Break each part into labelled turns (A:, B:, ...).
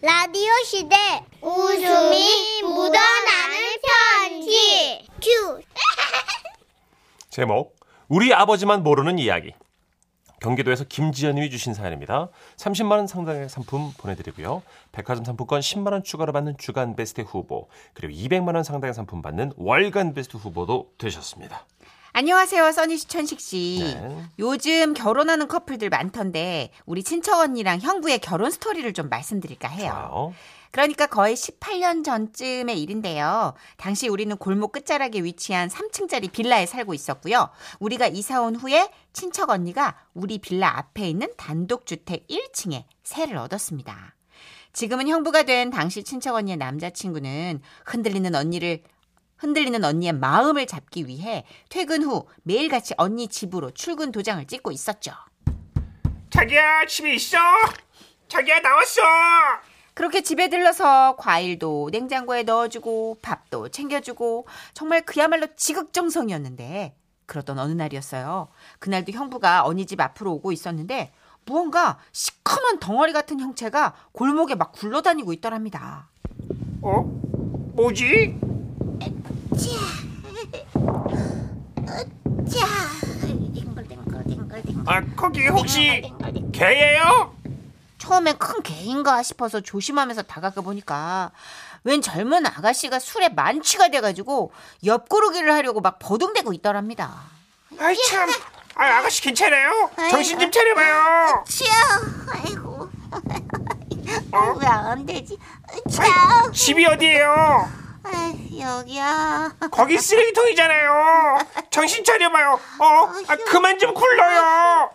A: 라디오 시대 웃음이 묻어나는 편지 큐
B: 제목 우리 아버지만 모르는 이야기 경기도에서 김지연님이 주신 사연입니다. 30만 원 상당의 상품 보내드리고요. 백화점 상품권 10만 원 추가로 받는 주간 베스트 후보 그리고 200만 원 상당의 상품 받는 월간 베스트 후보도 되셨습니다.
C: 안녕하세요, 써니 시천식 씨.
B: 네.
C: 요즘 결혼하는 커플들 많던데 우리 친척 언니랑 형부의 결혼 스토리를 좀 말씀드릴까 해요.
B: 와우.
C: 그러니까 거의 18년 전쯤의 일인데요. 당시 우리는 골목 끝자락에 위치한 3층짜리 빌라에 살고 있었고요. 우리가 이사 온 후에 친척 언니가 우리 빌라 앞에 있는 단독주택 1층에 세를 얻었습니다. 지금은 형부가 된 당시 친척 언니의 남자친구는 흔들리는 언니를 흔들리는 언니의 마음을 잡기 위해 퇴근 후 매일같이 언니 집으로 출근 도장을 찍고 있었죠.
D: 자기야 집에 있어? 자기야 나왔어.
C: 그렇게 집에 들러서 과일도 냉장고에 넣어주고 밥도 챙겨주고 정말 그야말로 지극정성이었는데 그러던 어느 날이었어요. 그날도 형부가 언니 집 앞으로 오고 있었는데 무언가 시커먼 덩어리 같은 형체가 골목에 막 굴러다니고 있더랍니다.
D: 어? 뭐지?
A: 자, 딩글딩글딩글딩글
D: 아 거기 혹시 개예요?
C: 처음엔 큰 개인가 싶어서 조심하면서 다가가 보니까 웬 젊은 아가씨가 술에 만취가 돼가지고 옆구르기를 하려고 막 버둥대고 있더랍니다.
D: 아이 참. 아 아가씨 괜찮아요? 정신
A: 어?
D: 좀 차려봐요.
A: 치아 아이고 어? 왜 안 되지 자
D: 집이 어디예요?
A: 아이, 여기야
D: 거기 쓰레기통이잖아요. 정신 차려봐요. 어? 아 그만 좀 굴러요.
A: 어?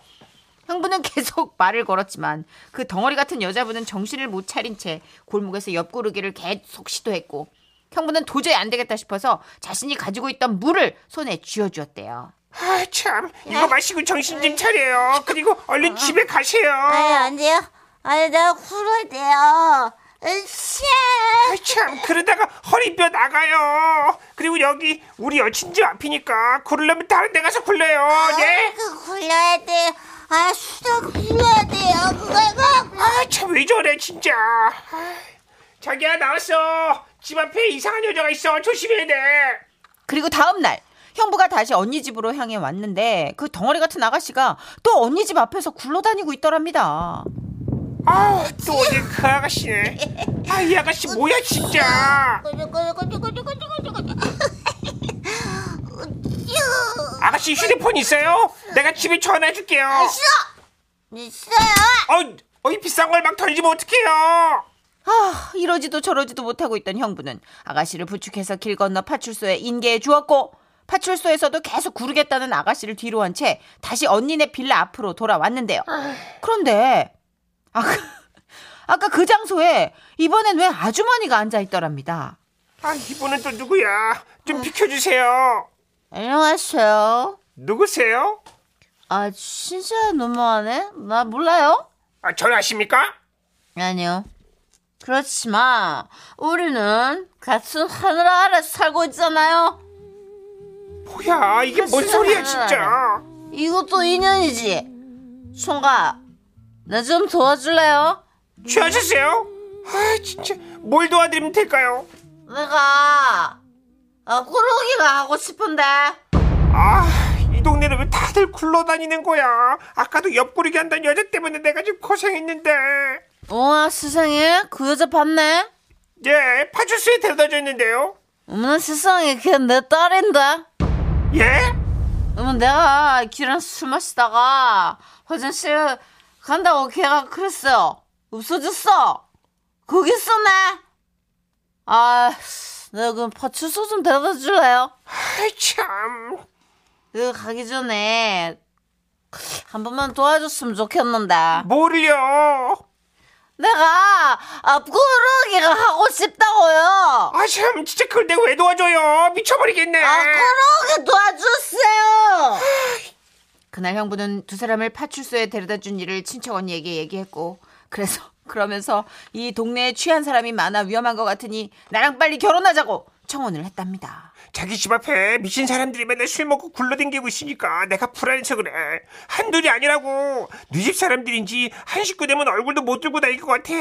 C: 형부는 계속 말을 걸었지만 그 덩어리 같은 여자분은 정신을 못 차린 채 골목에서 옆구르기를 계속 시도했고 형부는 도저히 안 되겠다 싶어서 자신이 가지고 있던 물을 손에 쥐어주었대요.
D: 아 참. 이거 마시고 정신
A: 어?
D: 좀 차려요. 그리고 얼른 집에
A: 아이
D: 가세요.
A: 안 돼요 아니 내가 굴어야 돼요 으쌰
D: 아이 참 그러다가 허리뼈 나가요. 그리고 여기 우리 여친 집 앞이니까 굴려면 다른 데 가서 굴려요. 네?
A: 그 굴려야 돼요 아 수다 굴려야 돼요 그거
D: 아 참 왜 저래 진짜 아, 자기야 나왔어 집 앞에 이상한 여자가 있어 조심해야 돼
C: 그리고 다음 날 형부가 다시 언니 집으로 향해 왔는데 그 덩어리 같은 아가씨가 또 언니 집 앞에서 굴러다니고 있더랍니다.
D: 아우 또 어디 그 아가씨네 아 이 아가씨 뭐야 진짜 아가씨 휴대폰 있어요? 내가 집에 전화해 줄게요
A: 있어요
D: 어, 어이 비싼 걸 막 던지면 어떡해요
C: 아, 이러지도 저러지도 못하고 있던 형부는 아가씨를 부축해서 길 건너 파출소에 인계해 주었고 파출소에서도 계속 구르겠다는 아가씨를 뒤로 한 채 다시 언니네 빌라 앞으로 돌아왔는데요. 그런데 아까, 아까 그 장소에 이번엔 왜 아주머니가 앉아 있더랍니다.
D: 아 이분은 또 누구야 좀 비켜주세요
C: 안녕하세요.
D: 누구세요?
C: 아 진짜 너무하네. 나 몰라요?
D: 아 전화하십니까?
C: 아니요. 그렇지만 우리는 같은 하늘 아래 살고 있잖아요.
D: 뭐야 이게 뭔 소리야 진짜
C: 이것도 인연이지. 총각, 나 좀 도와줄래요?
D: 취하셨어요? 아 진짜 뭘 도와드리면 될까요?
C: 내가 어, 꾸러기가 하고 싶은데.
D: 아 이 동네는 왜 다들 굴러다니는 거야 아까도 옆구리기 한다는 여자 때문에 내가 지금 고생했는데
C: 우와 세상에 어, 그 여자 봤네.
D: 예 파출소에 데려다 줬는데요
C: 어머나 세상에 걔내 딸인데.
D: 예?
C: 어머 내가 걔랑 술 마시다가 화장실 간다고 걔가 그랬어요. 없어졌어. 거기 있었네. 아, 내가 그럼 파출소 좀 데려다 줄래요?
D: 아참
C: 그 가기 전에 한 번만 도와줬으면 좋겠는데
D: 뭐를요
C: 내가 앞구르기가 하고 싶다고요
D: 아참 진짜 그걸 내가 왜 도와줘요 미쳐버리겠네
C: 아,
A: 아,
C: 앞구르기 도와주세요 그날 형부는 두 사람을 파출소에 데려다 준 일을 친척 언니에게 얘기했고 그래서 그러면서 이 동네에 취한 사람이 많아 위험한 것 같으니 나랑 빨리 결혼하자고 청혼을 했답니다.
D: 자기 집 앞에 미친 사람들이 맨날 술 먹고 굴러댕기고 있으니까 내가 불안해서 그래. 한둘이 아니라고. 네 집 사람들인지 한 식구 되면 얼굴도 못 들고 다닐 것 같아.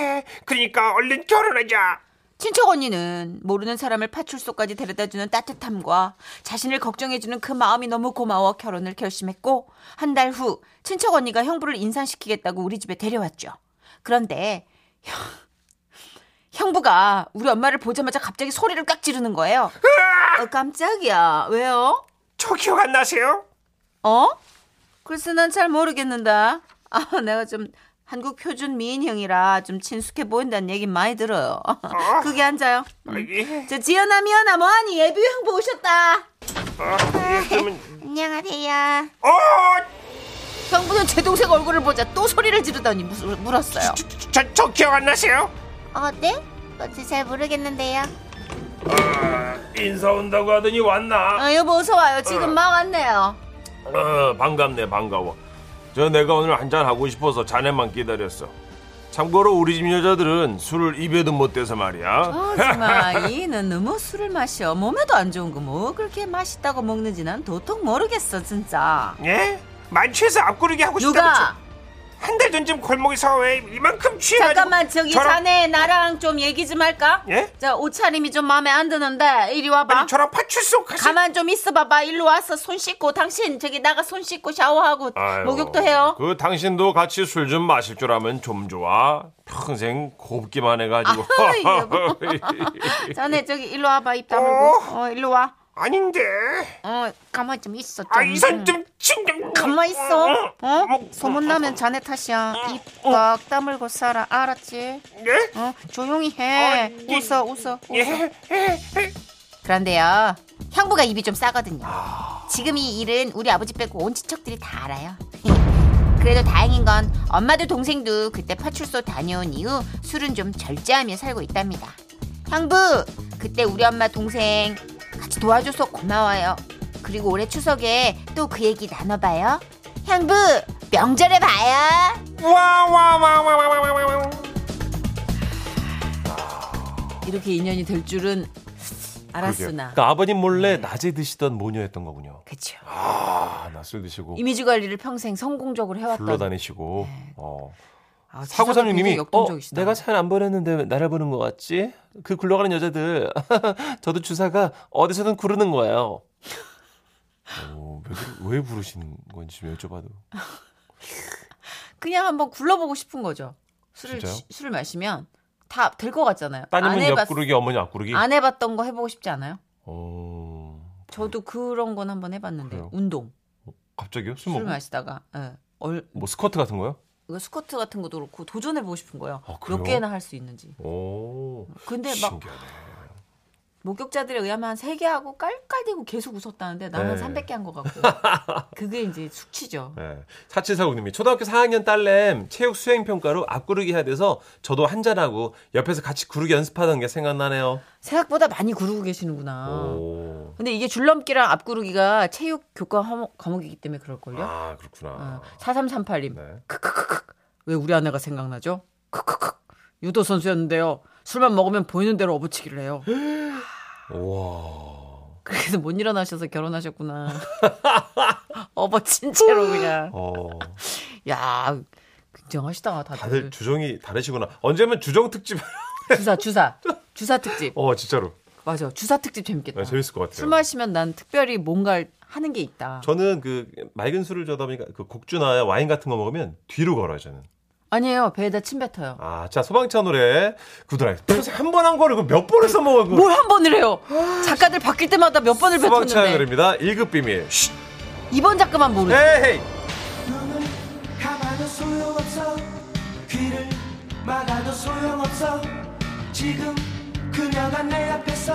D: 그러니까 얼른 결혼하자.
C: 친척 언니는 모르는 사람을 파출소까지 데려다주는 따뜻함과 자신을 걱정해주는 그 마음이 너무 고마워 결혼을 결심했고 한 달 후 친척 언니가 형부를 인상시키겠다고 우리 집에 데려왔죠. 그런데 형- 형부가 우리 엄마를 보자마자 갑자기 소리를 깍 지르는 거예요. 어, 깜짝이야. 왜요?
D: 저 기억 안 나세요?
C: 어? 글쎄 난 잘 모르겠는다. 아, 내가 좀 한국 표준 미인형이라 좀 친숙해 보인다는 얘기 많이 들어요. 그게 앉아요.
D: 아, 예.
C: 저 지연아 미연아 뭐하니 예비 형부 오셨다.
D: 아, 예, 그러면-
A: 안녕하세요.
D: 어,
C: 형부는 제 동생 얼굴을 보자 또 소리를 지르더니 물- 물었어요.
D: 저, 저, 저, 저 기억 안 나세요?
A: 어, 네? 어, 저잘 모르겠는데요.
B: 인사 온다고 하더니 왔나?
C: 아, 여보 어서 와요. 지금 막 왔네요.
B: 어, 반갑네 반가워 저 내가 오늘 한잔 하고 싶어서 자네만 기다렸어 참고로 우리 집 여자들은 술을 입에도 못 대서 말이야
C: 어, 정말 이는 너무 술을 마셔 몸에도 안 좋은 거 뭐 그렇게 맛있다고 먹는지 난 도통 모르겠어 진짜.
D: 예? 만취해서 앞구르기 하고 싶다고.
C: 누가
D: 한 달 전쯤 골목에서 왜 이만큼 취해가지고.
C: 잠깐만 저기
D: 저랑-
C: 자네 나랑 좀 얘기 좀 할까?
D: 예?
C: 자 옷차림이 좀 마음에 안 드는데 이리 와봐.
D: 아니, 저랑 파출소 가서.
C: 가만 좀 있어봐봐. 일로 와서 손 씻고 당신 저기 나가 손 씻고 샤워하고
B: 아유,
C: 목욕도 해요.
B: 그 당신도 같이 술 좀 마실 줄 알면 좀 좋아 평생 곱기만 해가지고
C: 아이, 여보. 자네 저기 일로 와봐 입 다물고. 어 일로 와.
D: 아닌데.
C: 어 가만 좀 있어. 좀.
D: 아, 이선 좀 진정.
C: 가만 있어. 어
D: 어?
C: 소문 나면 자네
B: 어,
C: 탓이야. 입 꽉 다물고 살아. 알았지?
D: 예?
C: 어 조용히
B: 아,
C: 해.
D: 어, 예.
C: 웃어 웃어.
D: 예, 예, 예.
C: 그런데요. 형부가 입이 좀 싸거든요. 지금 이 일은 우리 아버지 빼고 온 친척들이 다 알아요. 그래도 다행인 건 엄마도 동생도 그때 파출소 다녀온 이후 술은 좀 절제하며 살고 있답니다. 형부, 그때 우리 엄마 동생 같이 도와줘서 고마워요. 그리고 올해 추석에 또 그 얘기 나눠봐요. 형부, 명절에 봐요.
D: 와, 와, 와, 와, 와, 와, 와, 와, 와.
C: 이렇게 인연이 될 줄은 알았으나. 음.
B: 그러니까 아버님 몰래 낮에 드시던 모녀였던 거군요
C: 그렇죠.
B: 아, 낮술 드시고
C: 이미지 관리를 평생 성공적으로 해왔던
B: 불러다니시고 어.
C: 아,
B: 사고삼육님이
C: 굉장히
B: 어,
C: 역동적이시다.
B: 내가 잘 안 보냈는데 왜 나를 보는 것 같지? 그 굴러가는 여자들 저도 주사가 어디서든 구르는 거예요. 오, 왜, 왜 부르시는 건지 좀 여쭤봐도
C: 그냥 한번 굴러보고 싶은 거죠. 술을
B: 진짜요?
C: 시- 술을 마시면 다 될 것 같잖아요. 안
B: 따님은
C: 해봤
B: 옆구르기 어머니 앞구르기.
C: 안 해봤던 거 해보고 싶지 않아요?
B: 어,
C: 저도 그런 건 한번 해봤는데
B: 그래요?
C: 운동
B: 갑자기요? 술
C: 술
B: 먹고?
C: 마시다가 예. 얼
B: 뭐 스쿼트 같은 거요?
C: 이거 스쿼트 같은 것도 그렇고 도전해보고 싶은 거예요.
B: 아, 그래요?
C: 몇 개나 할 수 있는지.
B: 오,
C: 근데 막
B: 신기하네.
C: 목격자들에 의하면 한 3개 하고 깔깔대고 계속 웃었다는데 나는 한
B: 네.
C: 300개 한 것 같고 그게 이제 숙취죠.
B: 네. 사칠사국님이 초등학교 4학년 딸램 체육 수행 평가로 앞구르기 해야 돼서 저도 한잔하고 옆에서 같이 구르기 연습하던 게 생각나네요.
C: 생각보다 많이 구르고 계시는구나.
B: 오,
C: 근데 이게 줄넘기랑 앞구르기가 체육 교과 화목- 과목이기 때문에 그럴걸요?
B: 아 그렇구나.
C: 4338님.
B: 네.
C: 크크크크. 왜 우리 아내가 생각나죠? 크크크. 유도 선수였는데요. 술만 먹으면 보이는 대로 업어치기를 해요. 아.
B: 와.
C: 그래서 못 일어나셔서 결혼하셨구나. 업어친 채로 그냥.
B: 어,
C: 야, 굉장하시다 다들.
B: 다들 주종이 다르시구나. 언제면 주종 특집.
C: 주사 주사 주사 특집.
B: 어, 진짜로.
C: 맞아. 주사 특집 재밌겠다.
B: 네, 재밌을 것 같아요.
C: 술 마시면 난 특별히 뭔가 하는 게 있다.
B: 저는 그 맑은 술을 저다 보니까 그 곡주나 와인 같은 거 먹으면 뒤로 걸어요, 저는.
C: 아니에요. 배에다 침 뱉어요.
B: 아, 자, 소방차 노래. 구드라이. 한번 한 거를 그몇 번을 써먹어, 그거.
C: 뭘 한 번을 해요. 작가들 바뀔 때마다 몇 번을
B: 소방차의
C: 뱉었는데
B: 노래입니다. 1급 비밀. 쉿.
C: 이번 작가만 모르죠.
B: 에이!
E: 눈을 감아도 소용없어 귀를 막아도 소용없어 지금 그녀가 내 앞에 서